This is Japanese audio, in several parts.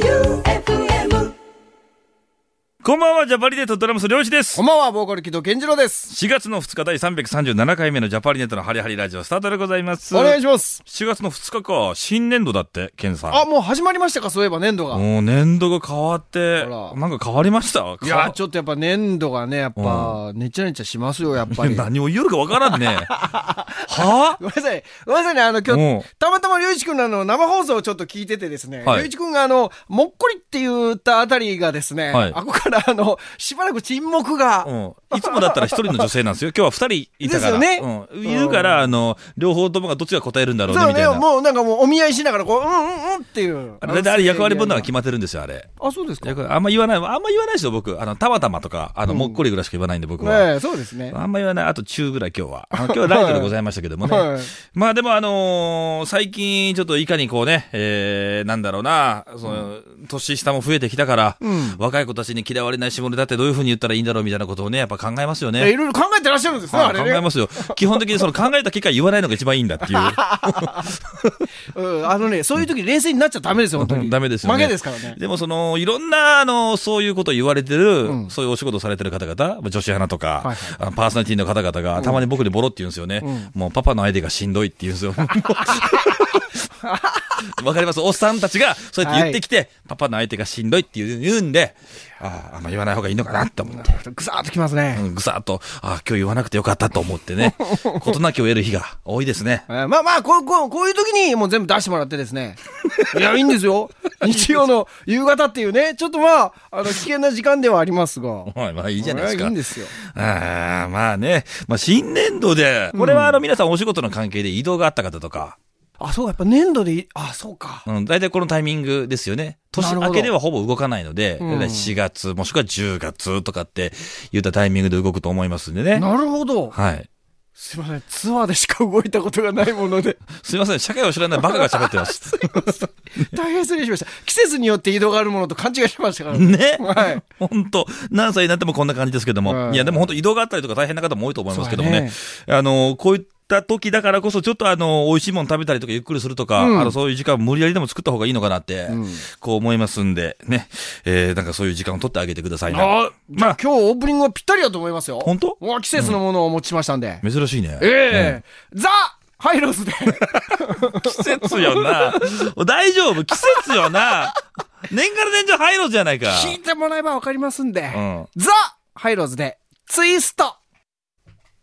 J-O-E-U-F-M こんばんは、ジャパリネットドラムス漁師ですこ。んばんは、ボーカル木戸健次郎です。 4月の2日第337回目のジャパリネットのハリハリラジオスタートでございます。お願いしします。 7月の2日か、新年度だって、ケンさん。あ、もう始まりましたか、そういえば年度が。もう年度が変わって、ほらなんか変わりましたいやー、ちょっとやっぱ年度がね、やっぱ、ねちゃねちゃしますよ、やっぱり。ごめん何を言うのかわからんね。はぁなさい。ごめんなさいね、あの、今うん日、たまたまりゅういちくんのあの、生放送をちょっと聞いててですね、りはいゅういちくんがあの、もっこりって言ったあたりがですね、はいあこからあの、しばらく沈黙が、うん、いつもだったら一人の女性なんですよ。今日は二人いたから。ですよねうん、言うから、あの、両方ともがどっちが答えるんだろうね、そうみたいね、な。もうなんかもうお見合いしながら、こう、うんうんうんっていう。あれ、だいたいあれ役割分担が決ままってるんですよ、あれ。あ、そうですか。役割あんま言わない、あんま言わないですよ、僕。あの、たまたまとか、あの、もっこりぐらいしか言わないんで、僕は。ねえそうですね。 あんま言わない。あと中ぐらい今日は。あの今日ライトでございましたけどもね。 はいまあでもあのー最近ちょっといかにこうね、えー、なんだろうな、その、年下も増えてきたから、若い子たちに嫌われない下ネタってどういうふうに言ったらいいんだろうみたいなことをね、やっぱ考えますよえいね。ろいろ考えてらっしゃるんですね、はあいれ考ね。えますよ。基本的にその考えた結果言わないのが一番いいんだっていう。 うん、あのね、そういう時冷静になっちゃダメですよ、本当 に。ダメですよね。負けですからね。でもその、いろんな、あの、そういうことを言われてる、そういうお仕事をされてる方々、まあ女子アナとか、はいはいあのパーソナリティの方々が、たまに僕にボロって言うんですよね。もうパパの相手がしんどいって言うんですよ。 わかりますおっさんたちが、そうやって言ってきて、パパの相手がしんどいって言うんで、ああ、あんま言わない方がいいのかなって思って。ぐさーっときますねう。んぐさっと、ああ、今日言わなくてよかったと思って ね、事なきを得る日が多いですね。えーまあまあ、こう、こう、こういう時にもう全部出してもらってで すね。いや、いいんですよ。日曜の夕方っていうね、ちょっとまあ、あの、危険な時間ではありますが。はい、まあいいじゃないですこれか。はいいんですよ。ああ、まあね。まあ新年度で、これはあの皆さんお仕事の関係で移動があった方とか、あ、そうか、やっぱ年度でいい、あ、そうか。うん、大体このタイミングですよね。年なるほど明けではほぼ動かないので、うん4月もしくは10月とかって言ったタイミングで動くと思いますんでね。なるほど。はい。すいません。ツアーでしか動いたことがないもので。すいません、社会を知らないバカが喋ってます。大変失礼しました。季節によって移動があるものと勘違いしましたからね。 ね。はい。本当何歳になってもこんな感じですけども。はいい、や、でも本当移動があったりとか大変な方も多いと思いますけどもそうね。やねあの、こういった時だからこそ、ちょっとあの、美味しいもの食べたりとかゆっくりするとか、うんあの、そういう時間を無理やりでも作った方がいいのかなって、んこう思いますんで、ね。えー、なんかそういう時間を取ってあげてくださいな。あ、まあ、今日オープニングはぴったりだと思いますよ。本当もう季節のものをお持ちしましたんで。珍しいね。ええザ・ハイ ロスで。季節よな。 大丈夫季節よな。年から年中入ろうじゃないか。聞いてもらえばわかりますんで。うん。ザ・ハイローズで、ツイスト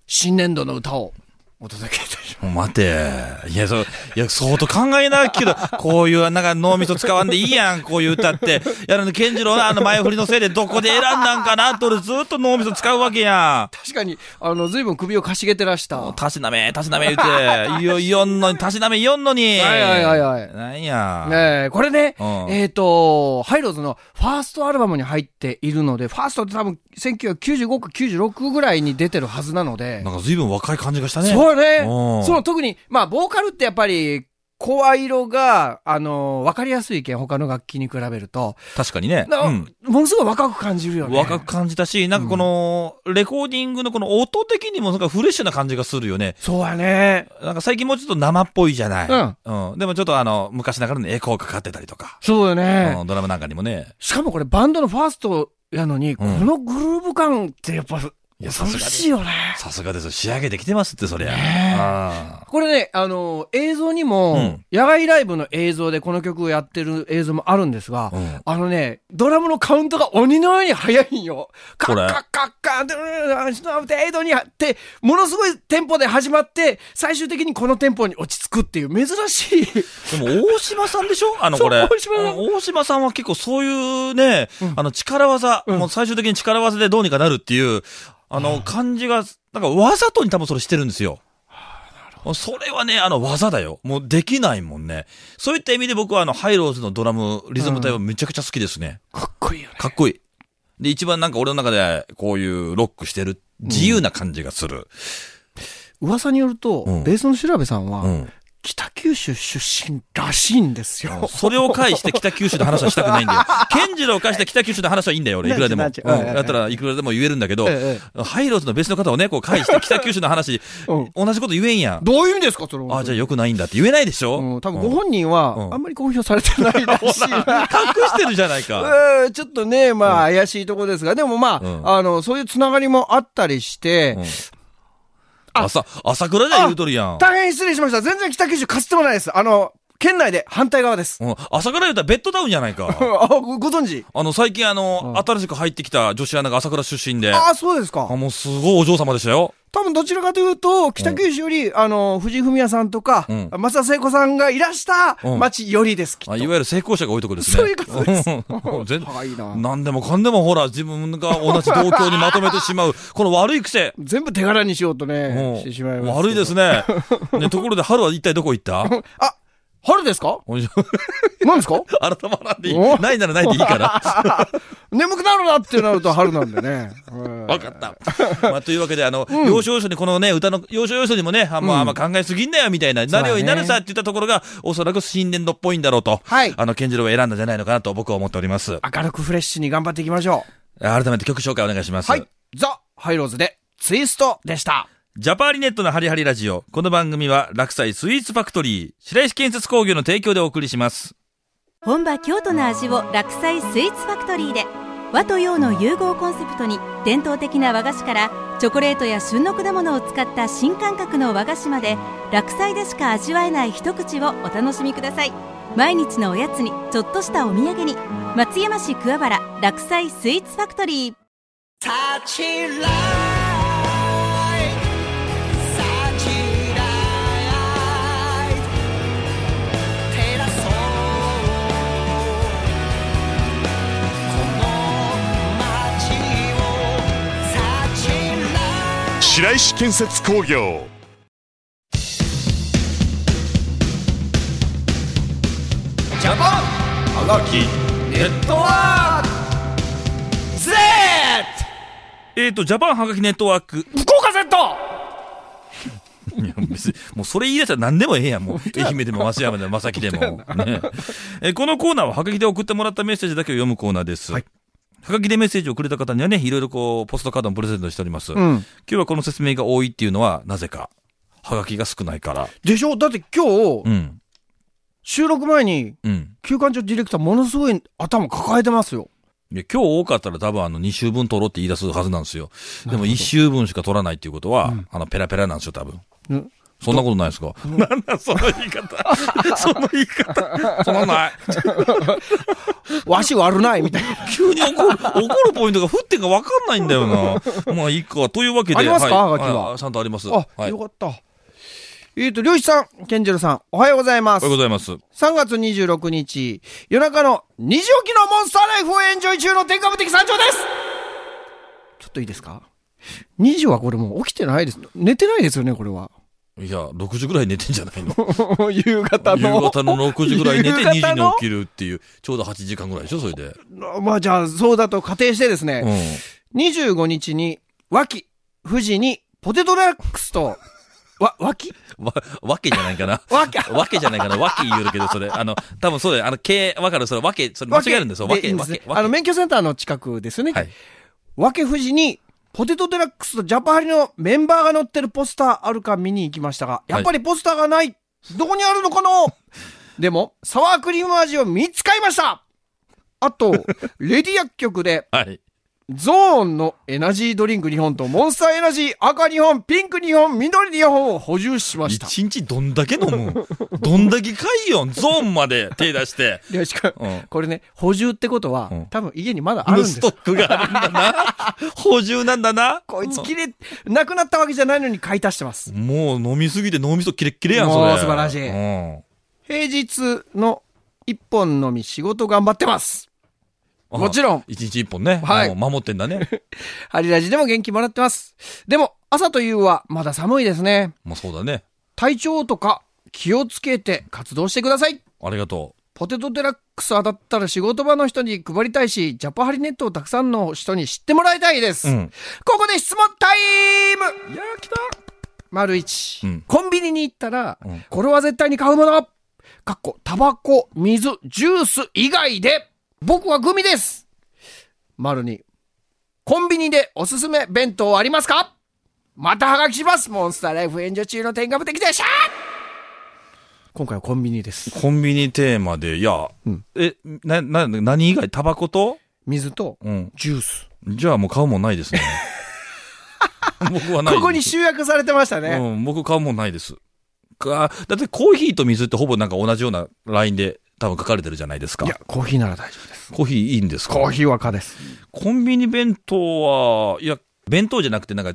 新年度の歌をお届けいた します。もう待て。いや、そう、いや、相当考えなきゃけど、 こういう、なんか脳みそ使わんでいいやん、こういう歌って。いや、あの、ケンジローのあの前振りのせいでどこで選んだんかなと俺ずっと脳みそ使うわけやん。確かに、あの、随分首をかしげてらした。たしなめ、たしなめ言うて。いよ、いよんのに、たしなめ言おんのに。はいはいはいはいなんや。ねえ、これね、うんえっ、と、ハイローズのファーストアルバムに入っているので、ファーストって多分1995か96ぐらいに出てるはずなのでな、んか随分若い感じがしたね。そうねう。んその特に、まあ、ボーカルってやっぱり、声色が、あの、わかりやすいけん、他の楽器に比べると。確かにね。なうん。ものすごい若く感じるよね。若く感じたし、なんかこの、レコーディングのこの音的にもなんかフレッシュな感じがするよね。そうやね。なんか最近もうちょっと生っぽいじゃない。うんん。でもちょっとあの、昔ながらのエコーかかってたりとか、そうよね。うんドラムなんかにもね。しかもこれバンドのファーストやのに、このグルーヴ感ってやっぱ、いやさすが楽ですしいよね。さすがです。仕上げてきてますって、そりゃ。ねえあこれね、あの映像にうもん、野外ライブの映像でこの曲をやってる映像もあるんですが、うんあのね、ドラムのカウントが鬼のように速いんよ。カこれッカッカッカン、ドゥルルルン、一程度にやって、ものすごいテンポで始まって、最終的にこのテンポに落ち着くっていう珍しい。ーでも、大島さんでし ょあの、これ。そう大島さんあの大島さんは結構そういうね、あの、力技、もう最終的に力技でどうにかなるっていう、あの、感じが、なんかわざとに多分それしてるんですよ。それはね、あの、技だよ。もうできないもんね。そういった意味で僕はあの、ハイローズのドラム、リズム隊はめちゃくちゃ好きですね。かっこいいよね。かっこいい。で、一番なんか俺の中で、こういうロックしてる、自由な感じがする。噂によると、うんベースの調べさんは、うん。北九州出身らしいんですよ。それを介して北九州の話はしたく ないんだよ。ケンジロを介して北九州の話はいいんだよ、俺。いくらでも。うなんんちゅうなんちゅうだったらいくらでも言えるんだけどえ、ハイローズの別の方をね、こう介して北九州の話、 うん同じこと言えんやん。どういう意味ですか、それあ、じゃあよ。良くないんだって言えないでしょうん、多分ご本人はう、んあんまり公表されてないらしいな。隠してるじゃないか。うんちょっとね、まあ、怪しいとこですが、でもまうんあ、あの、そういうつながりもあったりしてうん、 朝、朝倉じゃ言うとるやん。大変失礼しました。全然北九州かつてもないです。あの、県内で反対側です。うん朝倉言うたらベッドタウンじゃないか。 あごご存知あの、最近あの、うん新しく入ってきた女子アナが朝倉出身で、ああ、そうですかあ。もうすごいお嬢様でしたよ。多分どちらかというと、北九州より、あの、藤井フミヤさんとか、うん松田聖子さんがいらしたうん町よりです、きっあと。いわゆる成功者が多いとこですね。そういうことですも う全可愛いな何でもかんでもほら、自分が同じ同郷にまとめてしまう、この悪い癖。全部手柄にしようともね、してしまいまうす。悪いですね。ね。 ね、ところで、春は一体どこ行ったあ、春ですかおい何ですか 改まらんでいい。おないならないでいいから。眠くなるなってなると春なんでね。うんわか った。まあ、というわけで、あの、要所要所にこのね、歌の、要所要所にもね、あんま、あんま考えすぎんなよ、みたいな、だなねるようになるさって言ったところが、おそらく新年度っぽいんだろうと。はいあの、健次郎を選んだんじゃないのかなと僕は思っております。明るくフレッシュに頑張っていきましょ改めて曲紹介お願いしまう。す。はい。ザ・ハイローズで、ツイストでした。ジャパーリネットのハリハリラジオ。この番組は、落栽スイーツファクトリー、白石建設工業の提供でお送りします。本場京都の味を落菜スイーツファクトリーで和と洋の融合をコンセプトに伝統的な和菓子からチョコレートや旬の果物を使った新感覚の和菓子まで落菜でしか味わえない一口をお楽しみください毎日のおやつにちょっとしたお土産に松山市桑原落菜スイーツファクトリー白石建設工業ジャパンはがきネットワーク Z! えっ、ー、と、ジャパンはがきネットワーク。福岡 Z! いや別にもうそれ言い出したら何でもええやん。もう、愛媛でも松山でも正木でも。ねえーこのコーナーははがきで送ってもらったメッセージだけを読むコーナーです。はがきでメッセージをくれた方にはね、いろいろこう、ポストカードもプレゼントしております。ん今日はこの説明が多いっていうのは、なぜか。はがきが少ないから。でしょだって今日、うん。収録前に、うん。休館長ディレクターものすごい頭抱えてますよ。いや、今日多かったら多分あの2週分取ろうって言い出すはずなんですよ。でも1週分しか取らないっていうことは、あの、ペラペラなんですよ、多分。うんそんなことないですか、なんだ、その言い方。 その言い方。そんなんない。わし悪ないみたいな。急に怒る、怒るポイントが降ってんか分かんないんだよな。まあ、いいか。というわけで。ありますかはい、ハガキはあちゃん とあります。あ、はい。よおはよかった。えっ、と、漁師さん、健次郎さん、おはようございますう。ございます。 3月26日、夜中の2時起きのモンスターライフをエンジョイ中の天下無敵山頂ですちょっといいですか ?2 時はこれもう起きてないです。寝てないですよね、これは。いや、6時ぐらい寝てんじゃないの 夕 方夕の。方の6時ぐらい寝て2時 夕方にの起きるっていう、ちょうど8時間ぐらいでしょ、それで。まあじゃあ、そうだと仮定してですね。う25日に、脇、富士に、ポテトラックスと、わ、脇ん。わ、わけじゃないかな。脇わけじゃないかな。わけ言うけど、 それ。あの、多分そうだよ。あの、経営わかる。それ、わけ、 それ間違えるんですよ。わいけ、いんわですねけ、あの、わけ。免許センターの近くですよね。はい。分け富士に、ポテトデラックスとジャパハリのメンバーが載ってるポスターあるか見に行きましたが、やっぱりポスターがない。どこにあるのかなでも、サワークリーム味を見つかりました あと、レディ薬局で、はい。ゾーンのエナジードリンク2本と、モンスターエナジー赤2本、ピンク2本、緑2本を補充しました。一日どんだけ飲むどんだけ買いよんゾーンまで手出して。よしかうんこれね、補充ってことは、うん多分家にまだあるんのスですトックがあるんだ な。補充なんだな。こいつ切れ、なくなったわけじゃないのに買い足してます。もう飲みすぎて脳みそキレッキレやん、それ。もう素晴らしいうん。平日の一本のみ仕事頑張ってます。あもちろん一日一本ね。はいうん守ってんだ ね。ハリラジでも元気もらってます。でも、朝というはまだ寒いですね。もうそうだね。体調とか気をつけて活動してください。ありがとポテトデラックス当たったら仕事場の人に配りたいし、ジャパハリネットをたくさんの人に知ってもらいたいです。う。うん。ここで質問タイムいやー、来た丸一、うんコンビニに行ったら、うんこれは絶対に買うものかっこタバコ水ジュース以外で僕はグミです丸二コンビニでおすすめ弁当ありますかまたハガキしますモンスターライフ援助中の天下無敵でした今回はコンビニですコンビニテーマで、いや、うんえ、な、な、何以外タバコと水とうん。ジュースじゃあもう買うもんないです ね。僕はないです。ここに集約されてましたね、うん、僕買うもんないです。か、だってコーヒーと水ってほぼなんか同じようなラインで多分書かれてるじゃないですかい。やコーヒーなら大丈夫ですコーヒーいいんですかコーヒーはかですコンビニ弁当は、いや、弁当じゃなくてなんか、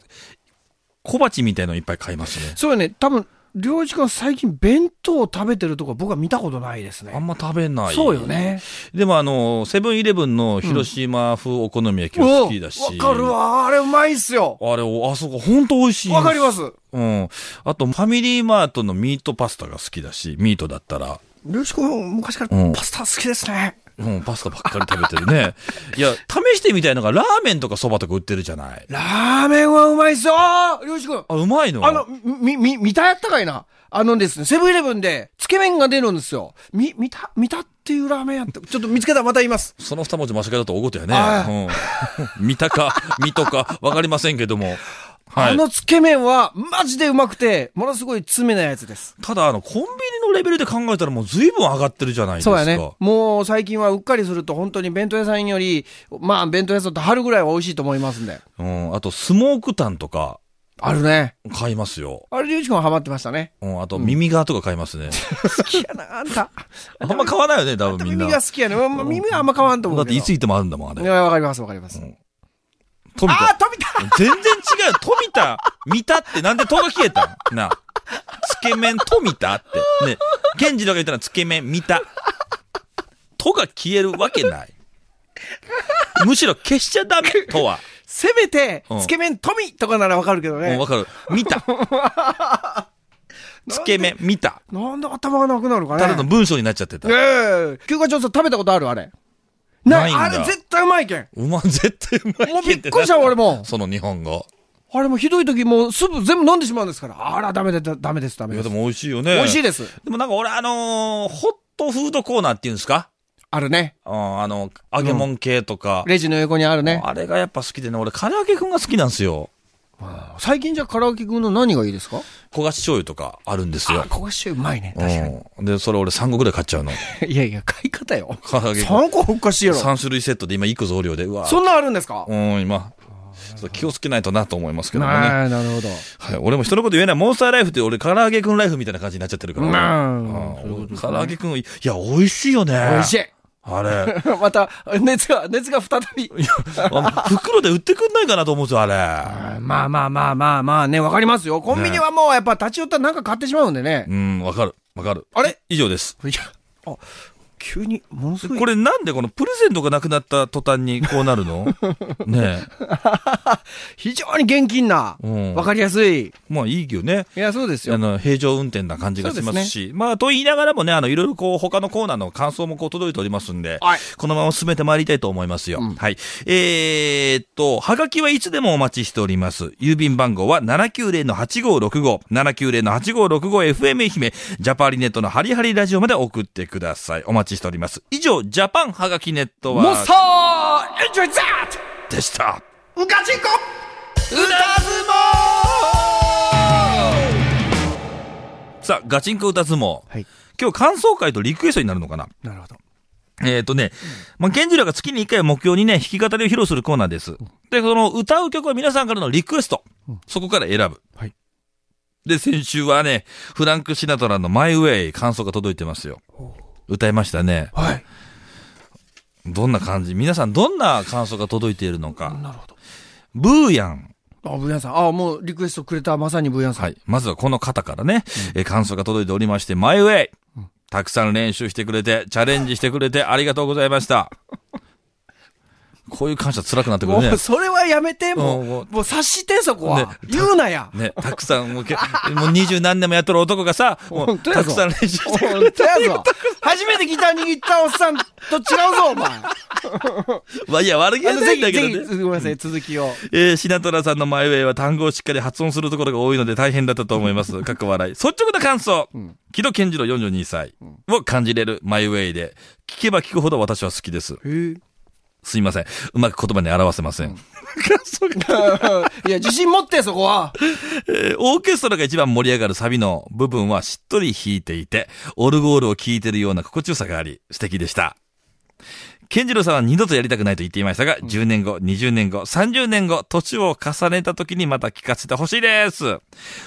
小鉢みたいのいっぱい買いますね。そうよね多分良一君最近弁当を食べてるとこ僕は見たことないですあねんま食べない。そうよ。ねでもあの、セブンイレブンの広島風お好み焼きも好きだし。わかる。わあれうまいっすよあれ、おあそこ本当美味しいんですわかりますうん。あと、ファミリーマートのミートパスタが好きだし、ミートだったら、良一君昔かうらんパスタ好きですね、うん、パスタばっかり食べてる ね。いや、試してみたいのが、ラーメンとかそばとか売ってるじゃない。ラーメンはうまいっすよ良一君あ、うまいのあの、み、み、見たやったかいなあのですね、セブンイレブンで、つけ麺が出るんですよ。み、見た、見たっていうラーメン屋って、ちょっと見つけたらまた言います。その二文字間違いだと大ごとやあね。うん。見たか、見とか、わかりませんけども。はあい。のつけ麺は、マジでうまくて、ものすごい詰めなやつです。ただ、あの、コンビニのレベルで考えたらもう随分上がってるじゃないですそうか。やね。もう最近はうっかりすると本当に弁当屋さんより、まあ弁当屋さんと春ぐらいは美味しいと思いますんで。うん。あと、スモークタンとかあるね。買いますよ。あれ、りゅうちくんはハマってましたね。うん。あと、耳側とか買います ね。好きやな、あんた。あんま買わないよね、多分みん耳な。がだ好きやね。まあまあ耳はあんま変わんと思っうてけど。いつ行ってもあるんだもん、あれ。いや、わかります、わかります。富あ田あ、。飛びた全然違う。富田、見たってなんで戸が消えたんなあ。つけ麺富田って。ね。ケンジとか言ったらつけ麺見た。戸が消えるわけない。むしろ消しちゃダメ、とは。せめてう、んつけ麺富とかならわかるけどもうねわ。かる。見 た。つけ麺見た。なんで頭がなくなるかね。ただの文章になっちゃってた。ええ休暇調査食べたことあるあれ。なないんだあれ絶対うまいけん。うま、絶対うまいもうびけんってなくりしたわ俺もその日本語。あれもひどい時もうすぐ全部飲んでしまうんですから。あら、ダメだ、ダメです、ダいメや、で。ですも美味しいよね。美味しいでです。もなんか俺あのーホットフードコーナーっていうんですかあるね。うんあの、揚げ物系とか。レジの横にあるね。あれがやっぱ好きでね、俺、唐揚げくんが好きなんですよ。最近じゃあカラオケ君の何がいいですか焦がし醤油とかあるんですよあ、。こがしうまいね。うんで、それ俺3個ぐらい買っちゃうの。 いやいや、買い方よ。唐揚げくん。 3個おかしいやろ。 3種類セットで今いく増量で。うわそんなんあるんですかうん、今。ちょっと気をつけないとなと思いますけどもね。なあなるほど。はい、俺も人のこと言えない。モンスターライフって俺、唐揚げくんライフみたいな感じになっちゃってるから。なあうん唐揚げくん、いや、美味しいよね。美味しい。あれ。 また、熱が、熱が再び。あ袋で売ってくんないかなと思うんですよ、あれ。まあまあまあまあまあね、わかりますよ。コンビニはもうやっぱ立ち寄ったらなんか買ってしまうんでね。うん、わかる。わかる。あれ以上です。いや、あ、急に、ものすごい。これなんでこのプレゼントがなくなった途端にこうなる のねえ。非常に現金な、うんわかりやすい。まあいいよね。いや、そうですあよ。の、平常運転な感じがしますし。まあ、と言いながらもね、あの、いろいろこう、他のコーナーの感想もこう、届いておりますんで、はいこのまま進めてまいりたいと思いますよ。はい。えー、っと、はがきはいつでもお待ちしております。郵便番号は790-8565、790-8565 FM 愛媛、ジャパーリネットのハリハリラジオまで送ってください。お待ちしております。以上、ジャパンはがきネットモンワスーターエンジョイザークでした。うかちんこさあ、ガチンコ歌相撲。はい。今日感想会とリクエストになるのかななるほど。えっ、とね、まあ、ケンジュラが月に1回を目標にね、弾き語りを披露するコーナーです。で、その歌う曲は皆さんからのリクエスト。そこから選ぶ。はいで、先週はね、フランク・シナトラのマイ・ウェイ、感想が届いてますよ。歌いましたね。はい。どんな感じ皆さんどんな感想が届いているのか。なるほど。ブーヤン。あ、ブーヤンさん。あ、もうリクエストくれた、まさにブーヤンさん。はい。まずはこの方からね、えー感想が届いておりまして、マイウェイ、たくさん練習してくれて、チャレンジしてくれてありがとうございました。こういう感謝辛くなってくるもねう、。それはやめて、もうんもう、もう察して、そこね。は言うな や。ね、たくさん、もうけ、もう二十何年もやっとる男がさ、も本う、当やたぞくさん練習してく本れて 当やぞ。初めてギター握ったおっさんと違うぞ、お前。まあいや、悪気はあのなぜいんだひけどぜね。ひごめんなさい続きをえー、シナトラさんのマイウェイは単語をしっかり発音するところが多いので大変だったと思います。かっこ笑い。率直な感想。木戸健次郎42歳を感じれるマイウェイで、聞けば聞くほど私は好きです。へえすいません。うまく言葉に表せません。 いや自信持ってそこはえーオーケストラが一番盛り上がるサビの部分はしっとり弾いていて、オルゴールを聴いてるような心地よさがあり、素敵でした。健次郎さんは二度とやりたくないと言っていましたが、10年後、20年後、30年後、年を重ねた時にまた聞かせてほしいです。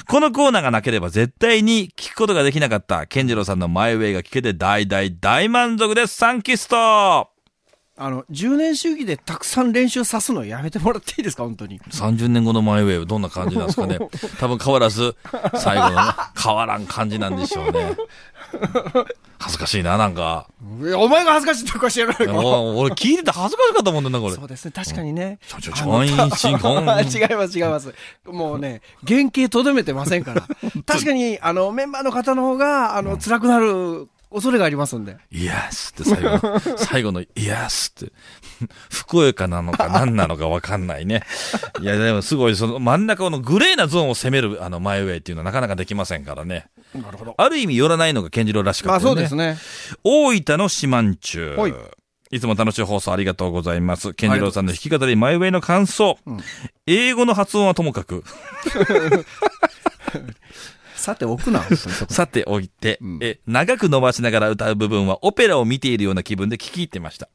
このコーナーがなければ絶対に聞くことができなかった健次郎さんのマイウェイが聞けて大大大満足です。サンキストあの10年周期でたくさん練習さすのやめてもらっていいですか本当に30年後のマイウェイはどんな感じなんですか ね多分変わらず最後のね変わらん感じなんでしょうね恥ずかしいななんかいやお前が恥ずかしいとか知らないかもう俺聞いてて恥ずかしかったもんねこれそうですね確かにねちょちょちょい新婚違います違いますもうね原型とどめてません から確かにあのメンバーの方の方があの辛くなる恐れがありますんでイエスって最後の、最後のイエスって、福岡なのか何なのか分かんないね。いや、でもすごい、その真ん中のグレーなゾーンを攻める、あの、マイウェイっていうのはなかなかできませんからね。なるほどある意味寄らないのが健次郎らしまかあったそようね。ですね大分の四万中はい。いつも楽しい放送ありがとうございます。健次郎さんの弾き語り、マイウェイの感想。英語の発音はともかく、さて置くな本当にそこさておいて、え、長く伸ばしながら歌う部分はオペラを見ているような気分で聞き入ってました。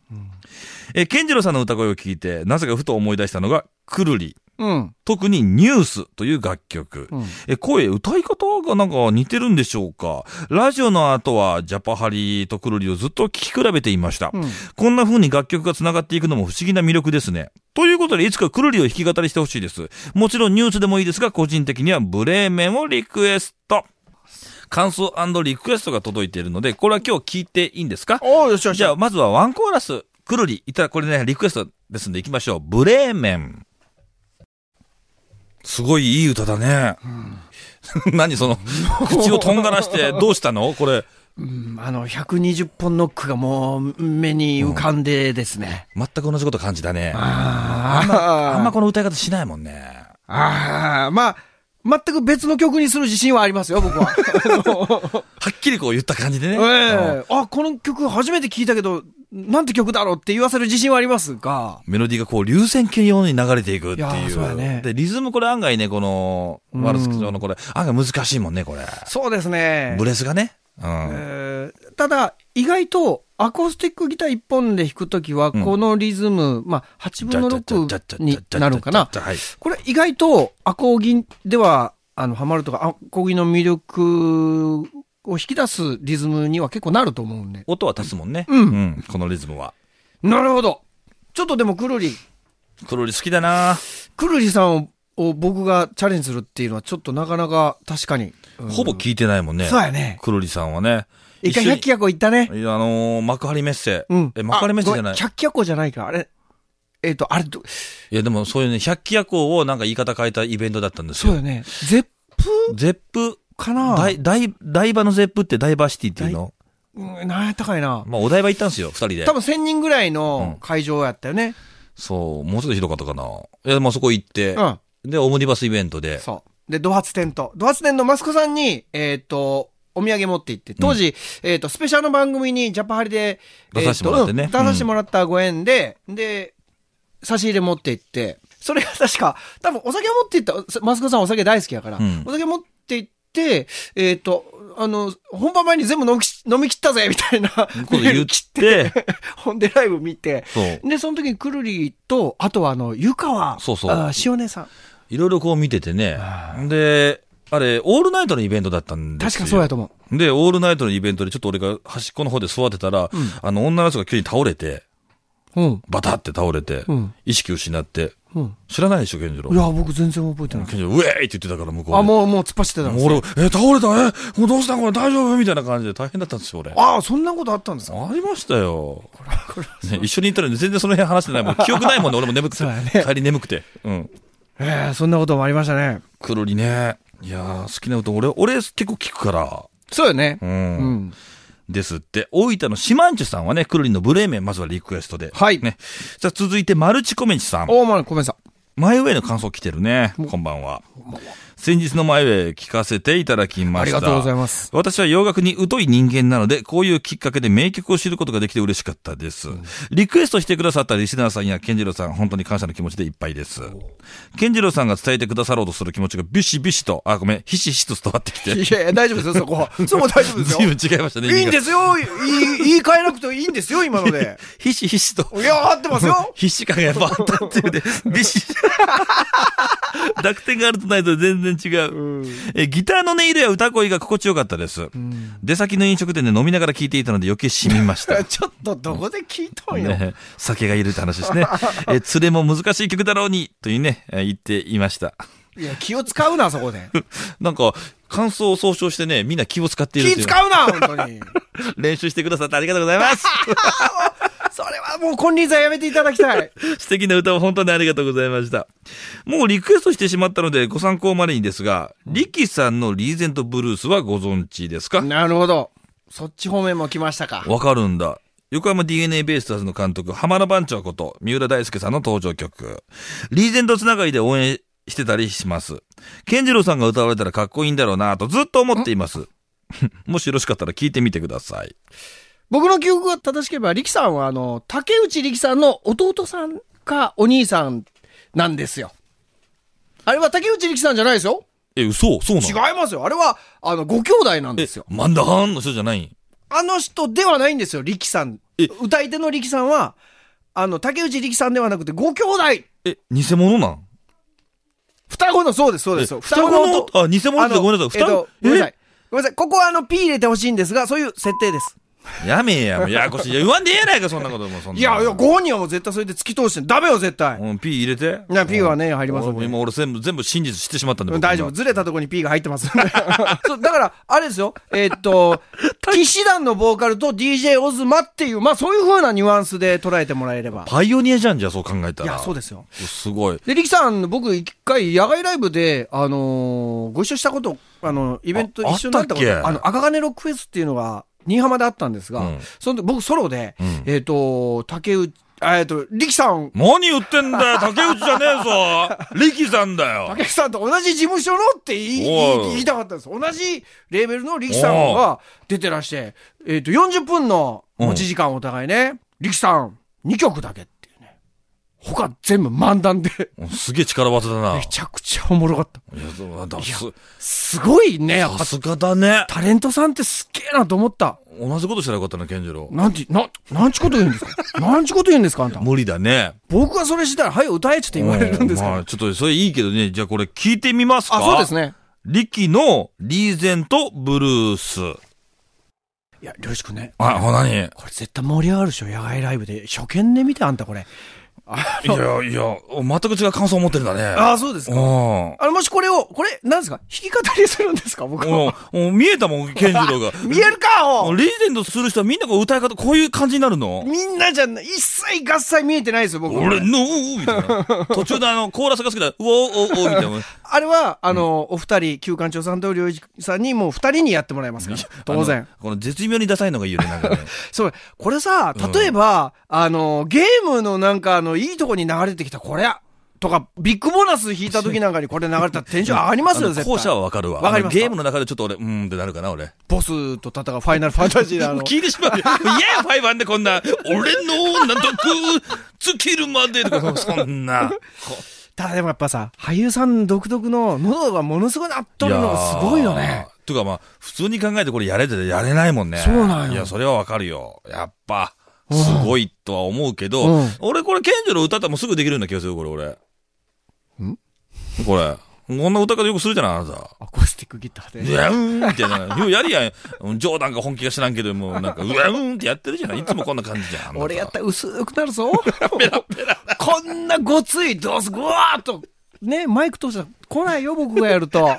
え、健次郎さんの歌声を聞いて、なぜかふと思い出したのが、くるり。うん特にニュースという楽曲。え、声、歌い方がなんか似てるんでしょうかラジオの後はジャパハリとクルリをずっと聴き比べていました。こんな風に楽曲が繋がっていくのも不思議な魅力ですね。ということで、いつかクルリを弾き語りしてほしいです。もちろんニュースでもいいですが、個人的にはブレーメンをリクエスト。感想リクエストが届いているので、これは今日聞いていいんですかおおよしよしじゃあ、まずはワンコーラス、くるり。いたらこれね、リクエストですんで行きましょう。ブレーメン。すごいいい歌だね。 何その、口をとんがらして、どうしたのこれ、うんあの120本ノックがもう目に浮かんでですね、全く同じこと感じだね。ああんまあこの歌い方しないもんね。ああまあ全く別の曲にする自信はありますよ僕 ははっきりこう言った感じでね。うんええあ、この曲初めて聞いたけど、なんて曲だろうって言わせる自信はありますが、メロディーがこう流線形のように流れていくっていいやーう。そうやねで、リズムこれ案外ね、この、ワルス上のこれ、案外難しいもんね、これ。そうですねブ。レスがね。うん。えーただ、意外と、アコースティックギター一本で弾くときは、うんこのリズム、まあ、8分の6になるかな。はい。これ意外と、アコーギでは、あの、ハマるとか、アコーギの魅力を引き出すリズムには結構なると思うんで。音は足すもんね。うんこのリズムは。なるほど。ちょっとでも、くるり、クロリ好きだな、くるりさんを、を僕がチャレンジするっていうのはちょっとなかなか確かに。うんほぼ聞いてないもんね。そうやね。クロリさんはね。一回緒に百鬼夜行行ったね。いや、あのー、幕張メッセ。うん。え、幕張メッセじゃなあい。ごめん百鬼夜行じゃないか。あれ。えっ、と、あれど、いや、でもそういうね、百鬼夜行をなんか言い方変えたイベントだったんですそうよよ。ね。ゼップゼップ。かなダイ、ダイ、台場のゼップってダイバーシティっていうのうん、なんやったかいな。まあ、お台場行ったんですよ、二人で多。分千人ぐらいうのん会場やったよね。そう、もうちょっとひどかったかな。いや、まあそこ行ってう、ん。で、オムニバスイベントで、そう。で、ドハツテンと。ドハツテンのマスコさんに、えっ、と、お土産持って行って、当時、えっ、と、スペシャルの番組にジャパハリで、出させてもらってねえーとうん出させてもらったご縁で、で、差し入れ持って行って、それが 確か、多分お酒を持って行った、マスコさんお酒大好きやから、うんお酒持って行って、えっ、と、あの、本番前に全部飲みき飲み切ったぜみたいな。こと言 って、ほんでライブ見て。そう。で、その時にくるりと、あとはあの、湯川、そうそうあ塩根さん。いろいろこう見ててね。で、あれ、オールナイトのイベントだったんです確よ。かそうやと思う。で、オールナイトのイベントでちょっと俺が端っこの方で座ってたら、あの女の人が急に倒れて、うん。バタって倒れて、うん意識失って、うん。知らないでしょ、健次郎。いや、僕全然覚えてない。健次郎、ウェーイって言ってたから向こうで。あ、もう、もう突っ走ってたんもでうす俺、ねえ、倒れた、え、もうどうしたこれ大丈夫みたいな感じで大変だったんですよ、俺。あああ、そんなことあったんですかりましたよ。ね、一緒に行ったのに全然その辺話してないもん。記憶ない もんね、俺も眠くて。そうやね帰り眠くて。うん。ええそんなこともありましたね。くるりね。いやー、好きな歌、俺、俺結構聞くから。そうよねう。ん。うん。ですって。大分のシマンチュさんはね、くるりんのブレーメン、まずはリクエストで。はいね。さあ、続いて、マルチコメンチさん。おー、まあ、ごめんなさい。前上の感想来てるね。こんばんは。先日の前上聞かせていただきまあしりた。がとうございます。私は洋楽に疎い人間なので、こういうきっかけで名曲を知ることができて嬉しかったです。リクエストしてくださったリスナーさんや健次郎さん、本当に感謝の気持ちでいっぱいです。健次郎さんが伝えてくださろうとする気持ちがビシビシと、あ、ごめん、ひしひしと伝わってきて。いやいや、大丈夫ですよ、そこ。そこ大丈夫です随分よ。違いましたね。。いいんですすよ。いい言い換えなくていいんですよ、今ので。ひしひしと。いや、合ってますよ。必死感がやっぱあったっていうね。ビシッ 濁点があるとないと全然違う。 え、ギターの音色や歌声が心地よかったです。出先の飲食店で飲みながら聴いていたので余計染みました。 ちょっと、どこで聞いたんよ。ね、酒がいるって話です ね。えー、連れも難しい曲だろうに、というね、えー言っていました。いや、気を使うな、そこで。なんか、感想を総称してね、みんな気を使っていると気いう。使うな、本当に。練習してくださってありがとうござい ます。それはもう、金輪際やめていただきたい。素敵な歌を本当にありがとうございました。もうリクエストしてしまったのでご参考までにですが、リキさんのリーゼントブルースはご存知ですかなるほど。そっち方面も来ましたか。わかるんだ。横浜 DNA ベイスターズの監督、浜田番長こと、三浦大輔さんの登場曲。リーゼントつながりで応援してたりします。健次郎さんが歌われたらかっこいいんだろうなとずっと思っています。 もしよろしかったら聞いてみてください。僕の記憶が正しければ、力さんは、あの、竹内力さんの弟さんかお兄さんなんですよ。あれは竹内力さんじゃないですよ。え、嘘そうなの違いますよ。あれは、あの、ご兄弟なんですよ。マンダハーンの人じゃないんあの人ではないんですよ、力さんえ。歌い手の力さんは、あの、竹内力さんではなくて、ご兄弟え、偽物なん双子の、そうです、そうです。え双子のとあ偽物ってあのごめんなさいえっ双子とごめんなさい。ごめんなさい。ここは、あの、P 入れてほしいんですが、そういう設定です。やめえや、もうややこしい。いや、言わんでええやないか、そんなことも。そんないや、いや、ご本人はもう絶対それで突き通してんダメよ、絶対。うん、P 入れて。いや P はね入りますんで俺も今俺全部、全部真実してしまったんで。うん僕大丈夫。今ずれたとこに P が入ってますんで そうだから、あれですよ。えーっ と、騎士団のボーカルと DJ オズマっていう、まあそういう風なニュアンスで捉えてもらえれば。パイオニアじゃん、じゃあそう考えたいら。や、そうですよ。すごい。で、リキさん、僕一回野外ライブで、あのーご一緒したこと、あの、イベントあ一緒になったこあったっと、けあの、赤金ロックフェスっていうのが、新居浜であったんですが、うんその時僕ソロで、んえーっと、竹内、あえーっと、リキさん、何言ってん だよ竹内じゃねえぞ力さんだよ竹内さんと同じ事務所のっておい言い言い言いたかったんです。同じレーベルの力さんが出てらして、えっ、と、40分の持ち時間をお互いね、力さん2曲だけっていうね。他全部漫談で、うんすげえ力技だな。めちゃくちゃおもろかった。いやそうだすすごいね、やっぱさ。すがだね。タレントさんってすっげえなと思った。同じことしたらよかったな、健次郎。なんて、な、なんちこと言うんですかなんちこと言うんですかあんた。無理だね。僕がそれしたら、はい、歌えっつって言われるんですけど。うまあちょっとそれいいけどね、じゃあこれ聞いてみますかあ、そうです。ね。力のリーゼントブルース。いや、よろしくね。あ、ほなにいやこれ絶対盛り上がるでしょ、野外ライブで。初見で見て、あんたこれ。いや、お全く違う感想を持ってるんだね。ああ、そうですうか。ん。あの、もしこれを、これ、なんですか弾き語りするんですか僕は。。もう、もう見えたもん、健次郎が見えるかもおうリーゼントする人はみんなこう歌い方、こういう感じになるのみんなじゃな、一切合切見えてないですよ、僕。俺のーみたい な。途中であの、コーラスが好きだ。うおーおーおーみたいな。あれは、あの、お二人、旧館長さんと良一さんにもう二人にやってもらいますから。当あの然。。この絶妙にダサいのがいいよね、なんかね。そう、これさ、例えば、あの、ゲームのなんか、あの、いいとこに流れてきた、これや。とか、ビッグボーナス引いた時なん かにこれ流れたらテンション上がりますよ、あの絶対。後者はわかるわ。わかりますかあのゲームの中でちょっと俺、うーんってなるかな、俺。ボスと戦うファイナル ファンタジーであの。聞いてしまうよ。いやや、ファイバンでこんな、俺の、なんとく、尽きるまでとか、そんな。ただでもやっぱさ、俳優さん独特の喉がものすごいなっとるのがすごいよね。。とかまあ、普通に考えてこれやれててやれないもんね。そうなんよいや、それはわかるよ。やっぱ、すごいとは思うけうどん、俺これ、ケンジロ歌ったらもうすぐできるような気がするよ、これ、俺。んこれ。こんな歌方よくするじゃない、あなた。アコースティックギタうーで。わうーんみたいな。ようやりやん。冗談か本気か知らんけど、もうなんか、うわうーんってやってるじゃない。いつもこんな感じじゃん。俺やったら薄くなるぞ。こんなごつい、どうす、ぐわーっと。ね、マイク通したら来ないよ、僕がやると。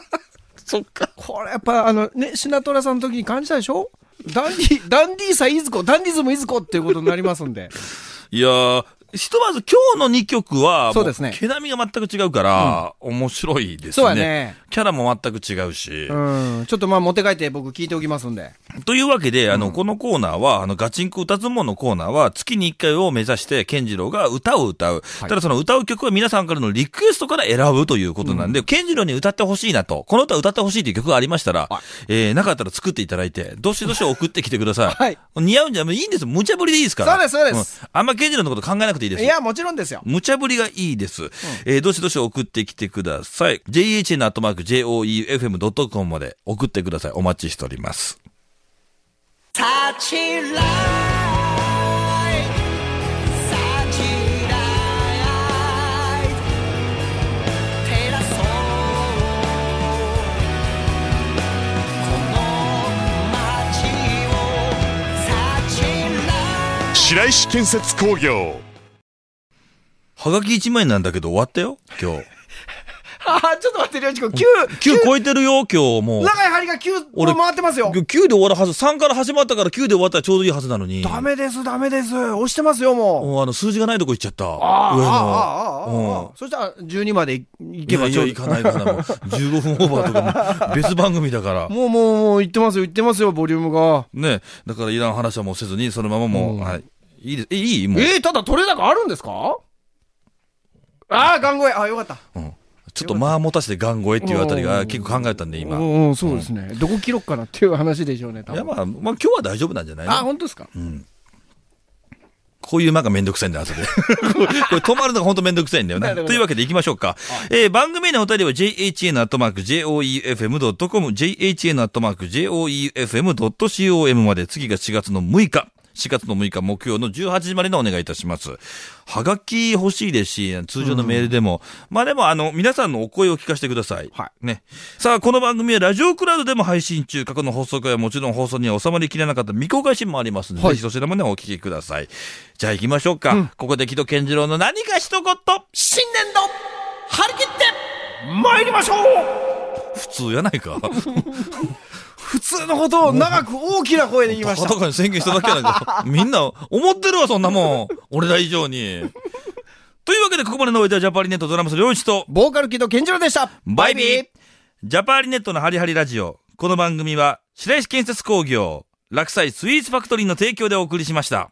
そっか。これやっぱ、あの、ね、シナトラさんの時に感じたでしょダンディ、ダンディーさいずこ、ダンディズムいずこっていうことになりますんで。いやー、ひとまず今日の2曲は、そうですねも毛並みが全く違うから、面白いですね。そうやね。キャラも全く違うし。うん。ちょっとまあ持って帰って僕聞いておきますんで。というわけで、あの、このコーナーは、あの、ガチンコ歌相撲のコーナーは、月に1回を目指して、健次郎が歌を歌う。ただその歌う曲は皆さんからのリクエストから選ぶということなんで、健次郎に歌ってほしいなと、この歌歌ってほしいという曲がありましたら、えー、なかったら作っていただいて、どしどし送ってきてください。 はい似合うんじゃ、もういいんです。無茶ぶりでいいですから。そうですそうですんあんま健次郎のこと考えなくていいです。いや、もちろ んですよ。無茶ぶりがいいです。えーどしどし送ってきてください。jhn.joefm.com まで送ってください。お待ちしております。白石建設工業はがき1枚なんだけど終わったよ 今日。ああ、ちょっと待って、りょうちくん、9、 9超えてるよ今日もう。長い針が俺9、回ってますよ。 9で終わるはず。3から始まったから9で終わったらちょうどいいはずなのに。ダメです、ダメです。押してますよ、もう。もうあの、数字がないとこ行っちゃった。ああ、ああ、あ上あ、あの。あ。そしたら12までいいうけん。ばいちやょいうや、行かど。ない行かない。もう15分オーバーとかも、別番組だから。もうもうもう言ってますよ、言ってますよ、ボリュームが。ね。だからいらん話はもうせずに、そのままもう、はい。いいです。え、いいもう。えー、ただ取れ高あるんですかああ、頑固や。あよかった。うんちょっと間持たせてガン越えっていうあたりが結構考えたんで、今。うん、うんそうですね。どこ切ろうかなっていう話でしょうね、多いや、分。まあ、まあ今日は大丈夫なんじゃないあ、の本当ですかこういう間がめんどくさいんだ、 後で。これ止まるのが本当めんどくさいんだよなね。るほどというわけで行きましょうか。えー番組へのお便りは jhn.joefm.com、jhn.joefm.com まで、次が4月の6日。4月の6日木曜の18時までのお願いいたします。はがき欲しいですし、通常のメールでも。まあでも、あの、皆さんのお声を聞かせてください。はね。さあ、この番組はラジオクラウドでも配信中、過去の放送回はもちろん放送には収まりきれなかった未公開シーンもありますので、はいぜひそちらまでお聞きください。じゃあ行きましょうか。ここで木戸健次郎の何か一言。新年度、張り切って、参りましょう普通やない か。普通のことを長く大きな声で言いました高。々に宣言しただけやない か。みんな思ってるわ、そんなもん。俺ら以上に。というわけで、ここまでのお相手はジャパリネットドラムス両一と、ボーカル木戸健次郎でした。バイビージャパーリネットのハリハリラジオ。この番組は、白石建設工業、落西スイーツファクトリーの提供でお送りしました。